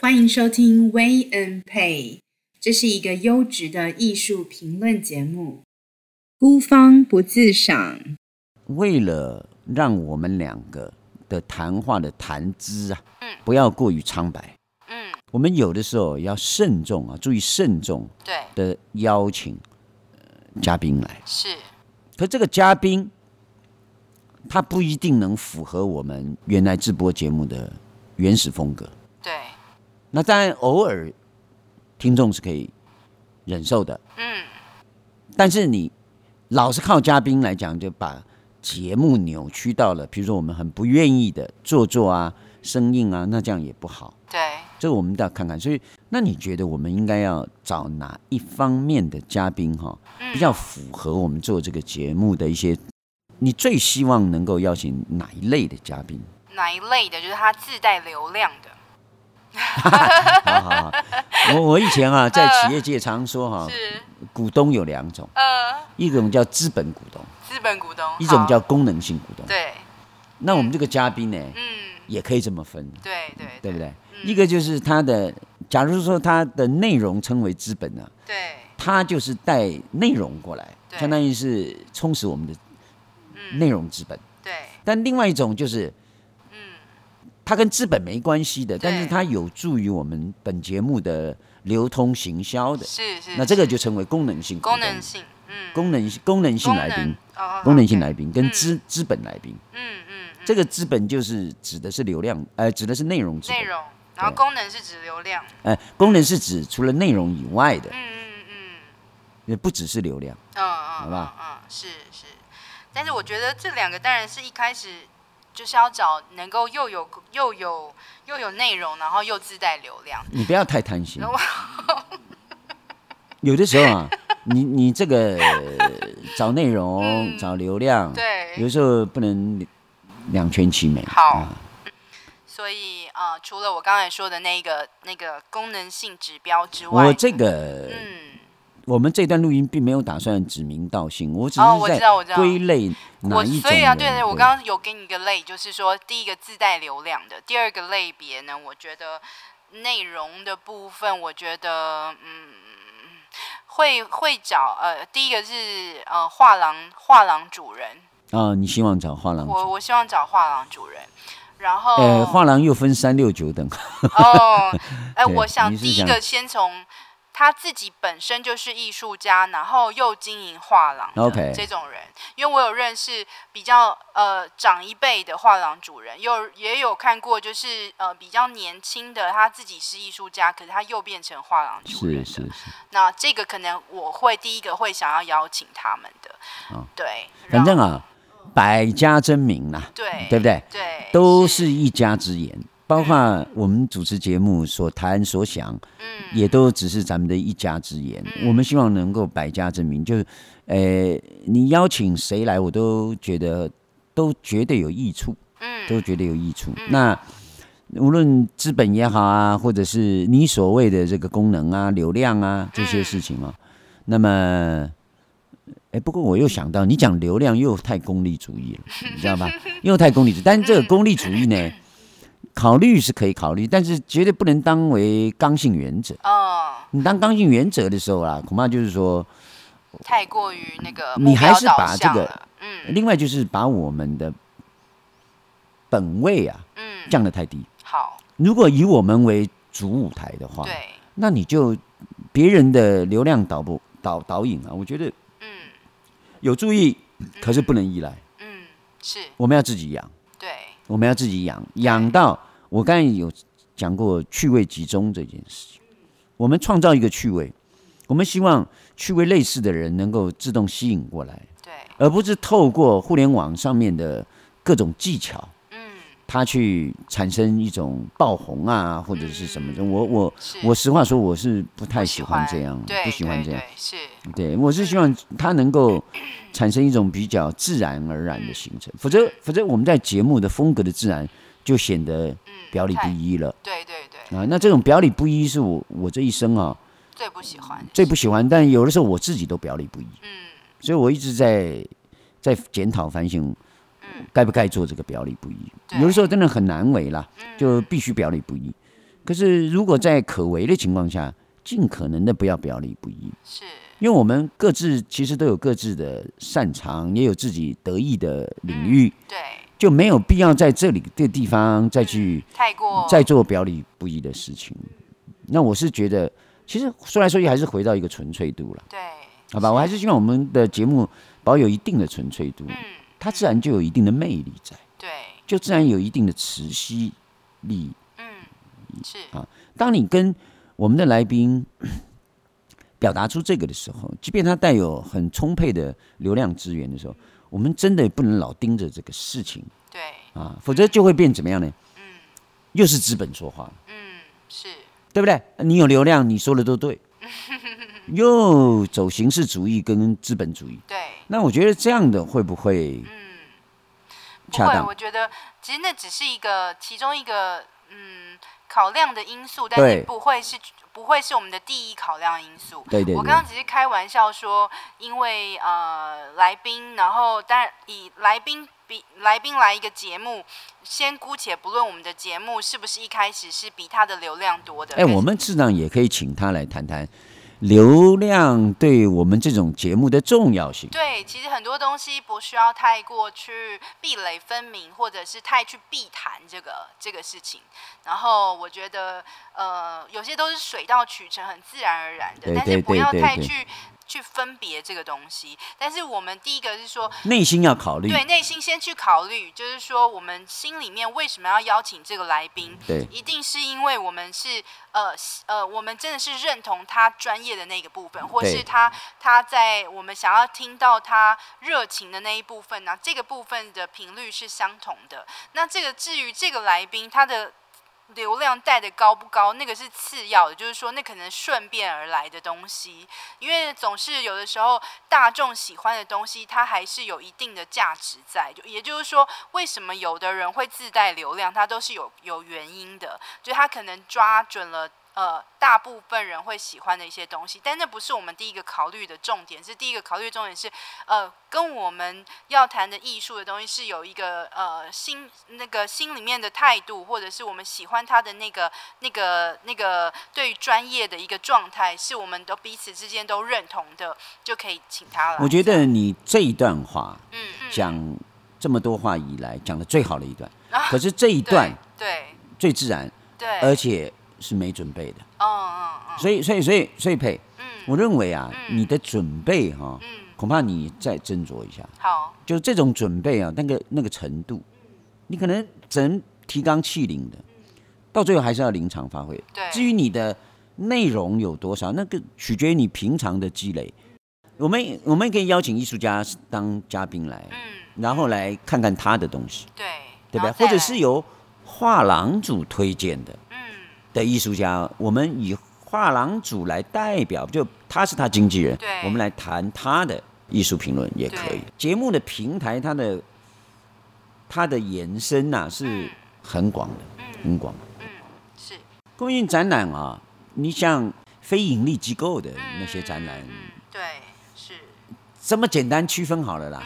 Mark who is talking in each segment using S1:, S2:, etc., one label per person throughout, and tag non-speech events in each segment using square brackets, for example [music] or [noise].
S1: 欢迎收听 Way and Pay，这是一个优质的艺术评论节目。孤芳不自赏，
S2: 为了让我们两个的谈话的谈资啊，不要过于苍白，
S1: 嗯，
S2: 我们有的时候要慎重啊，注意慎重
S1: 对，
S2: 的邀请呃嘉宾来。
S1: 是，
S2: 可这个嘉宾，他不一定能符合我们原来直播节目的原始风格。
S1: 对，
S2: 那当然，偶尔听众是可以忍受的，
S1: 嗯，
S2: 但是你老是靠嘉宾来讲，就把节目扭曲到了，比如说我们很不愿意的做作啊、生硬啊，那这样也不好。
S1: 对，
S2: 这个我们都要看看。所以，那你觉得我们应该要找哪一方面的嘉宾哈、
S1: 嗯
S2: 比较符合我们做这个节目的一些？你最希望能够邀请哪一类的嘉
S1: [laughs]
S2: 宾？
S1: 哪一类的？就是它自带流量的。
S2: 好好好，我我以前啊在企业界常说哈、
S1: 是，
S2: 股东有两种，
S1: 呃，
S2: 一种叫资本股东，
S1: 资本股东。
S2: 一种
S1: 好
S2: 叫功能性股东。
S1: 对，
S2: 那我们这个嘉宾呢，
S1: 嗯，
S2: 也可以这么分，
S1: 对对
S2: 对不对？
S1: 嗯
S2: 一个就是他的，假如说他的内容称为资本呢、啊，
S1: 对，
S2: 他就是带内容过来，
S1: 对
S2: 相当于是充实我们的
S1: 嗯，
S2: 内容资本。
S1: 对，
S2: 但另外一种就是，
S1: 嗯，
S2: 它跟资本没关系的，
S1: 对
S2: 但是它有助于我们本节目的流通行销的。
S1: 是是。
S2: 那这个就是成为功能性股东
S1: 功能性，嗯，
S2: 功能功能性
S1: 功
S2: 来宾
S1: 能，哦，
S2: 功能性
S1: 来，
S2: 来宾跟资资本来宾，
S1: 嗯嗯，嗯
S2: 这个资本就是指的是流量，呃，指的是内容资
S1: 内
S2: 本。
S1: 容，然后
S2: 对
S1: 功能是指流量，
S2: 呃，功能是指除了内容以外的
S1: 嗯，嗯嗯
S2: 也不只是流量。
S1: 嗯嗯，
S2: 好不好
S1: 嗯嗯，是是，但是我觉得这两个当然是一开始就是要找能够又有又有又有内容，然后又自带流量，
S2: 你不要太贪心
S1: 然。后
S2: 有的时候
S1: [laughs]
S2: 啊，你你这个找内容、
S1: 嗯
S2: 找流量，有
S1: 对，
S2: 时候不能两全其美。
S1: 好
S2: 啊
S1: 所以呃，除了我刚才说的那个那个功能性指标之外，
S2: 我这个、
S1: 嗯，
S2: 我们这段录音并没有打算指名道姓，我只
S1: 哦我
S2: 是
S1: 知道我知
S2: 在
S1: 道
S2: 归类哪
S1: 我
S2: 一种
S1: 所
S2: 人。
S1: 以啊，对对，我刚刚有给你一个类，就是说第一个自带流量的，第二个类别呢，我觉得内容的部分，我觉得嗯，会会找呃，第一个是呃画廊画廊主人，
S2: 啊、你希望找画廊
S1: 我
S2: 主？
S1: 我希望找画廊主人，然后
S2: 呃，画廊又分三六九等， [laughs]
S1: 哦，哎，
S2: 对
S1: 我想
S2: 你是
S1: 第一
S2: 想
S1: 个先从。他自己本身就是艺术家，然后又经营画廊的
S2: OK
S1: 这种人，因为我有认识比较呃长一辈的画廊主人，有也有看过就是呃比较年轻的，他自己是艺术家，可是他又变成画廊主人
S2: 是
S1: 的。
S2: 是是，
S1: 那这个可能我会第一个会想要邀请他们的，
S2: 好
S1: 对，
S2: 哦反正
S1: 然后
S2: 啊，百家争鸣啦、
S1: 对
S2: 对不对？
S1: 对
S2: 都是一家之言，
S1: 哎
S2: 包括我们主持节目所谈所想，
S1: 嗯
S2: 也都只是咱们的一家之言。
S1: 嗯
S2: 我们希望能够百家争鸣，就是，呃，你邀请谁来，我都觉得都绝对有益处，
S1: 嗯
S2: 都觉得有益处。
S1: 嗯
S2: 那无论资本也好啊，或者是你所谓的这个功能啊、流量啊这些事情啊，
S1: 嗯
S2: 那么。哎，不过我又想到，你讲流量又太功利主
S1: [laughs]
S2: 义了，你知道吧？又太功利主义，但这个
S1: 嗯
S2: 功利主义呢，考虑是可以考虑，但是绝对不能当为刚性原则。
S1: 嗯，
S2: 你当刚性原则的时候啊，恐怕就是说，
S1: 太过于那个
S2: 你
S1: 目
S2: 还
S1: 标
S2: 是
S1: 导
S2: 把这
S1: 向
S2: 个
S1: 了嗯
S2: 另外就是把我们的本位啊
S1: 嗯
S2: 降得太低。
S1: 好
S2: 如果以我们为主舞台的话，
S1: 对
S2: 那你就别人的流量导播导导引啊，我觉得
S1: 嗯
S2: 有注意，可是不能依赖，
S1: 嗯是
S2: 我们要自己养，
S1: 对
S2: 我们要自己养，养到我刚才有讲过趣味集中这件事情，
S1: 嗯
S2: 我们创造一个趣味，我们希望趣味类似的人能够自动吸引过来，
S1: 对
S2: 而不是透过互联网上面的各种技巧。
S1: 嗯
S2: 他去产生一种爆红啊，或者是什么的，
S1: 嗯
S2: 我我
S1: 是
S2: 我实话说，我是不太
S1: 不
S2: 喜欢这样，
S1: 对
S2: 不喜欢
S1: 对
S2: 这样。
S1: 对是
S2: 对，我是希望它能够产生一种比较自然而然的形成，
S1: 嗯
S2: 否则否则我们在节目的风格的自然就显得
S1: 嗯
S2: 表里
S1: 太
S2: 不一了
S1: 对对对
S2: 啊。那这种表里不一是我我这一生啊
S1: 最不喜欢的
S2: 最不喜欢，但有的时候我自己都表里不一，
S1: 嗯
S2: 所以我一直在在检讨反省
S1: 嗯
S2: 该不该做这个表里不一，
S1: 对
S2: 有的时候真的很难为啦，
S1: 嗯
S2: 就必须表里不一。可是如果在可为的情况下，尽可能的不要表里不一，
S1: 是
S2: 因为我们各自其实都有各自的擅长，也有自己得意的
S1: 嗯
S2: 领域，
S1: 对，
S2: 就没有必要在这里这地方再去
S1: 太过
S2: 再做表里不一的事情。那我是觉得，其实说来说去还是回到一个纯粹度了，
S1: 对，
S2: 好吧？我还是希望我们的节目保有一定的纯粹度，
S1: 嗯，
S2: 它自然就有一定的魅力在，
S1: 对，
S2: 就自然有一定的磁吸力。
S1: 嗯，是，
S2: 当你跟我们的来宾 [coughs] 表达出这个的时候，即便他带有很充沛的流量资源的时候，我们真的不能老盯着这个事情
S1: 对，
S2: 啊，否则就会变怎么样呢？
S1: 嗯
S2: 又是资本说话了。
S1: 嗯，是，
S2: 对不对？你有流量，你说的
S1: [laughs]
S2: 都对，又走形式主义跟资本主义。
S1: 对，
S2: 那我觉得这样的会不会
S1: 嗯，不
S2: 恰
S1: 会，
S2: 当
S1: 我？觉得其实那只是一个其中一个嗯考量的因素，但
S2: 对
S1: 是不会是不会是我们的第一考量因素。
S2: 对对
S1: 我
S2: 对
S1: 刚，刚只是开玩笑说，因为呃来宾，然后当然以来宾比来宾来一个节目，先姑且不论我们的节目是不是一开始是比他的流量多的。
S2: 哎，
S1: 可是
S2: 我们事实上也可以请他来谈谈流量对我们这种节目的重要性。
S1: 对，其实很多东西不需要太过去壁垒分明，或者是太去避谈这个这个事情。然后我觉得，呃，有些都是水到渠成，很自然而然的，
S2: 对
S1: 但
S2: 对
S1: 是不
S2: 对
S1: 要
S2: 对
S1: 太
S2: 对
S1: 去去分别这个东西。但是我们第一个是说，
S2: 内心要考虑，
S1: 对内心先去考虑，就是说我们心里面为什么要邀请这个来宾，
S2: 对
S1: 一定是因为我们是呃喜呃，我们真的是认同他专业的那个部分，或
S2: 对
S1: 是他他在我们想要听到他热情的那一部分呢、这个部分的频率是相同的。那这个至于这个来宾他的。流量带的高不高，那个是次要的，就是说那可能顺便而来的东西，因为总是有的时候大众喜欢的东西，它还是有一定的价值在。就也就是说，为什么有的人会自带流量，它都是有有原因的。就他可能抓准了呃大部分人会喜欢的一些东西，但那不是我们第一个考虑的重点，是第一个考虑的重点是呃跟我们要谈的艺术的东西是有一个呃心那个心里面的态度，或者是我们喜欢他的那个那个那个对于专业的一个状态，是我们都彼此之间都认同的，就可以请他来。
S2: 我觉
S1: 这
S2: 得
S1: 样
S2: 你这一段话
S1: 嗯嗯
S2: 讲这么多话以来讲的最好的一段，
S1: 啊
S2: 可是这一段
S1: 对
S2: 最自然，
S1: 对，
S2: 而
S1: 对
S2: 且是没准备的。
S1: 嗯嗯嗯，
S2: 所以，所以，所以，所以佩，我认为啊，
S1: 嗯
S2: 你的准备哈、
S1: 嗯
S2: 恐怕你再斟酌一下，
S1: 好
S2: 就是这种准备啊，那个那个程度，你可能只能提纲挈领的，到最后还是要临场发挥。
S1: 对
S2: 至于你的内容有多少，那个取决于你平常的积累。我们我们可以邀请艺术家当嘉宾来，
S1: 嗯
S2: 然后来看看他的东西，
S1: 对
S2: 对不
S1: 然
S2: 对？
S1: 后再
S2: 或者
S1: 来
S2: 是由画廊组推荐的，
S1: 嗯
S2: 的艺术家，我们以画廊组来代表，就他是他经纪人
S1: 对，
S2: 我们来谈他的艺术评论也可以
S1: 对。
S2: 节目的平台，它的它的延伸呐、
S1: 嗯
S2: 是很广的，很广。
S1: 是
S2: 公益展览啊，你像非盈利机构的那些展览，
S1: 嗯对是
S2: 这么简单区分好了啦，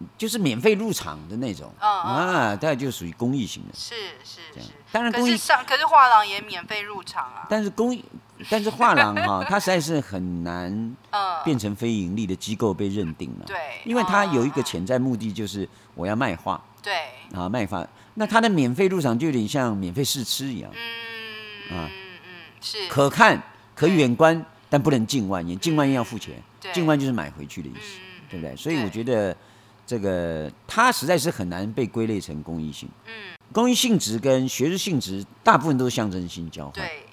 S1: 嗯
S2: 就是免费入场的那种
S1: 嗯
S2: 啊，大概就属于公益型的。
S1: 是是
S2: 样
S1: 是，
S2: 当然
S1: 可
S2: 公益
S1: 是上可是画廊也免费入场啊，
S2: 但是公益，但是画廊哈、它实在是很难
S1: 嗯
S2: 变成非盈利的机构被认定了。
S1: 对
S2: 因为它
S1: 嗯
S2: 有一个潜在目的，就是我要卖画
S1: 对
S2: 啊，卖画。那它的免费入场就有点像免费试吃一样，
S1: 嗯
S2: 啊
S1: 嗯嗯是
S2: 可看可远观，但不能近万元，近万元要付钱
S1: 对，
S2: 近万就是买回去的意思，
S1: 嗯
S2: 对不对？所以
S1: 对
S2: 我觉得这个它实在是很难被归类成公益性。
S1: 嗯
S2: 公益性质跟学术性质大部分都是象征性交换，
S1: 对。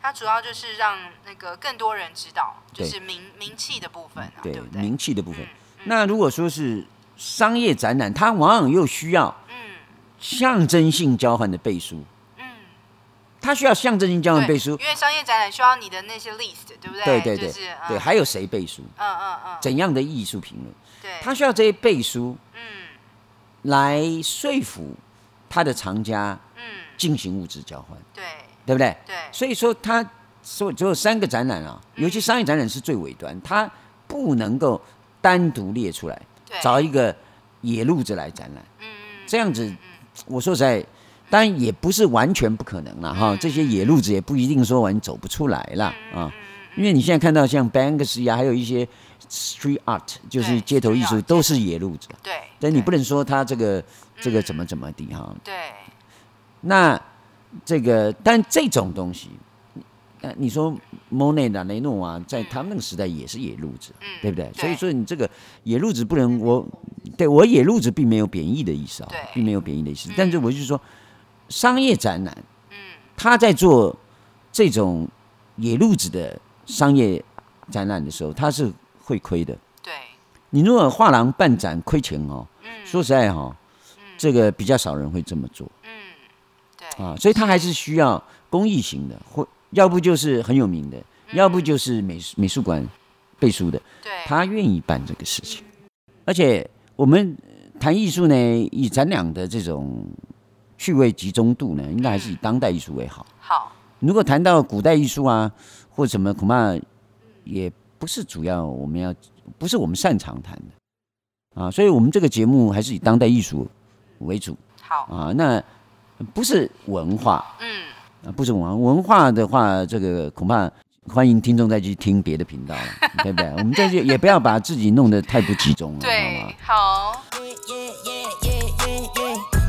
S1: 它主要就是让那个更多人知道，就
S2: 对
S1: 是名名气的部分啊，
S2: 对
S1: 对不对？
S2: 名气的部分
S1: 嗯。
S2: 那如果说是商业展览，它往往又需要
S1: 嗯
S2: 象征性交换的背书，
S1: 嗯，
S2: 它需要象征性交换
S1: 对，
S2: 背书，
S1: 因为商业展览需要你的那些 list，对不嗯对？
S2: 对对
S1: 就
S2: 对
S1: 是嗯
S2: 对，还有谁背书？
S1: 嗯嗯嗯，
S2: 怎样的艺术评论？
S1: 对，
S2: 他需要这些背书
S1: 哦嗯
S2: 来说服他的藏家
S1: 嗯
S2: 进行物质交换，
S1: 对
S2: 对不对？
S1: 对
S2: 所以说他所只有三个展览啊，
S1: 嗯
S2: 尤其商业展览是最尾端，他不能够单独列出来，
S1: 对，
S2: 找一个野路子来展览。
S1: 嗯，
S2: 这样子，我说实在，当然也不是完全不可能了哈。
S1: 嗯
S2: 这些野路子也不一定说完走不出来啦啊，因为你现在看到像 Banksy 啊，还有一些 street art，就是
S1: 对
S2: 街头艺
S1: street
S2: 术，
S1: art，
S2: 都是野路子。
S1: 对，
S2: 但你
S1: 对
S2: 不能说他这个这个怎么怎么地哈。
S1: 对，
S2: 那这个，但这种东西，那你说 Monet 啊、雷诺啊，在他们那个时代也是野路子，
S1: 嗯，
S2: 对不对？
S1: 对嗯
S2: 所以说你这个野路子不能，我对我野路子并没有贬义的意思啊
S1: 对，
S2: 并没有贬义的意思。但是我就是说，商业展览，
S1: 嗯，
S2: 他在做这种野路子的商业展览的时候，他是会亏的。
S1: 对，
S2: 你如果画廊办展亏钱哦，
S1: 嗯，
S2: 说实在哈、哦，这个比较少人会这么做。
S1: 嗯，对，
S2: 啊，所以它还是需要公益型的，或要不就是很有名的，
S1: 嗯
S2: 要不就是美术美术馆背书的，
S1: 对，
S2: 他愿意办这个事情。而且我们呃谈艺术呢，以展览的这种趣味集中度呢，应该还是以当代艺术为好。
S1: 好，
S2: 如果谈到古代艺术啊，或什么，恐怕也不是主要我们要，不是我们擅长谈的啊。所以我们这个节目还是以当代艺术为主
S1: 好，
S2: 啊。那不是文化，
S1: 嗯，
S2: 啊，不是文化，文化的话，这个恐怕欢迎听众再去听别的频道了，对不对？我们这就也不要把自己弄得太不集中了，知道吗
S1: 对？，好，
S3: Yeah, yeah, yeah, yeah, yeah, yeah.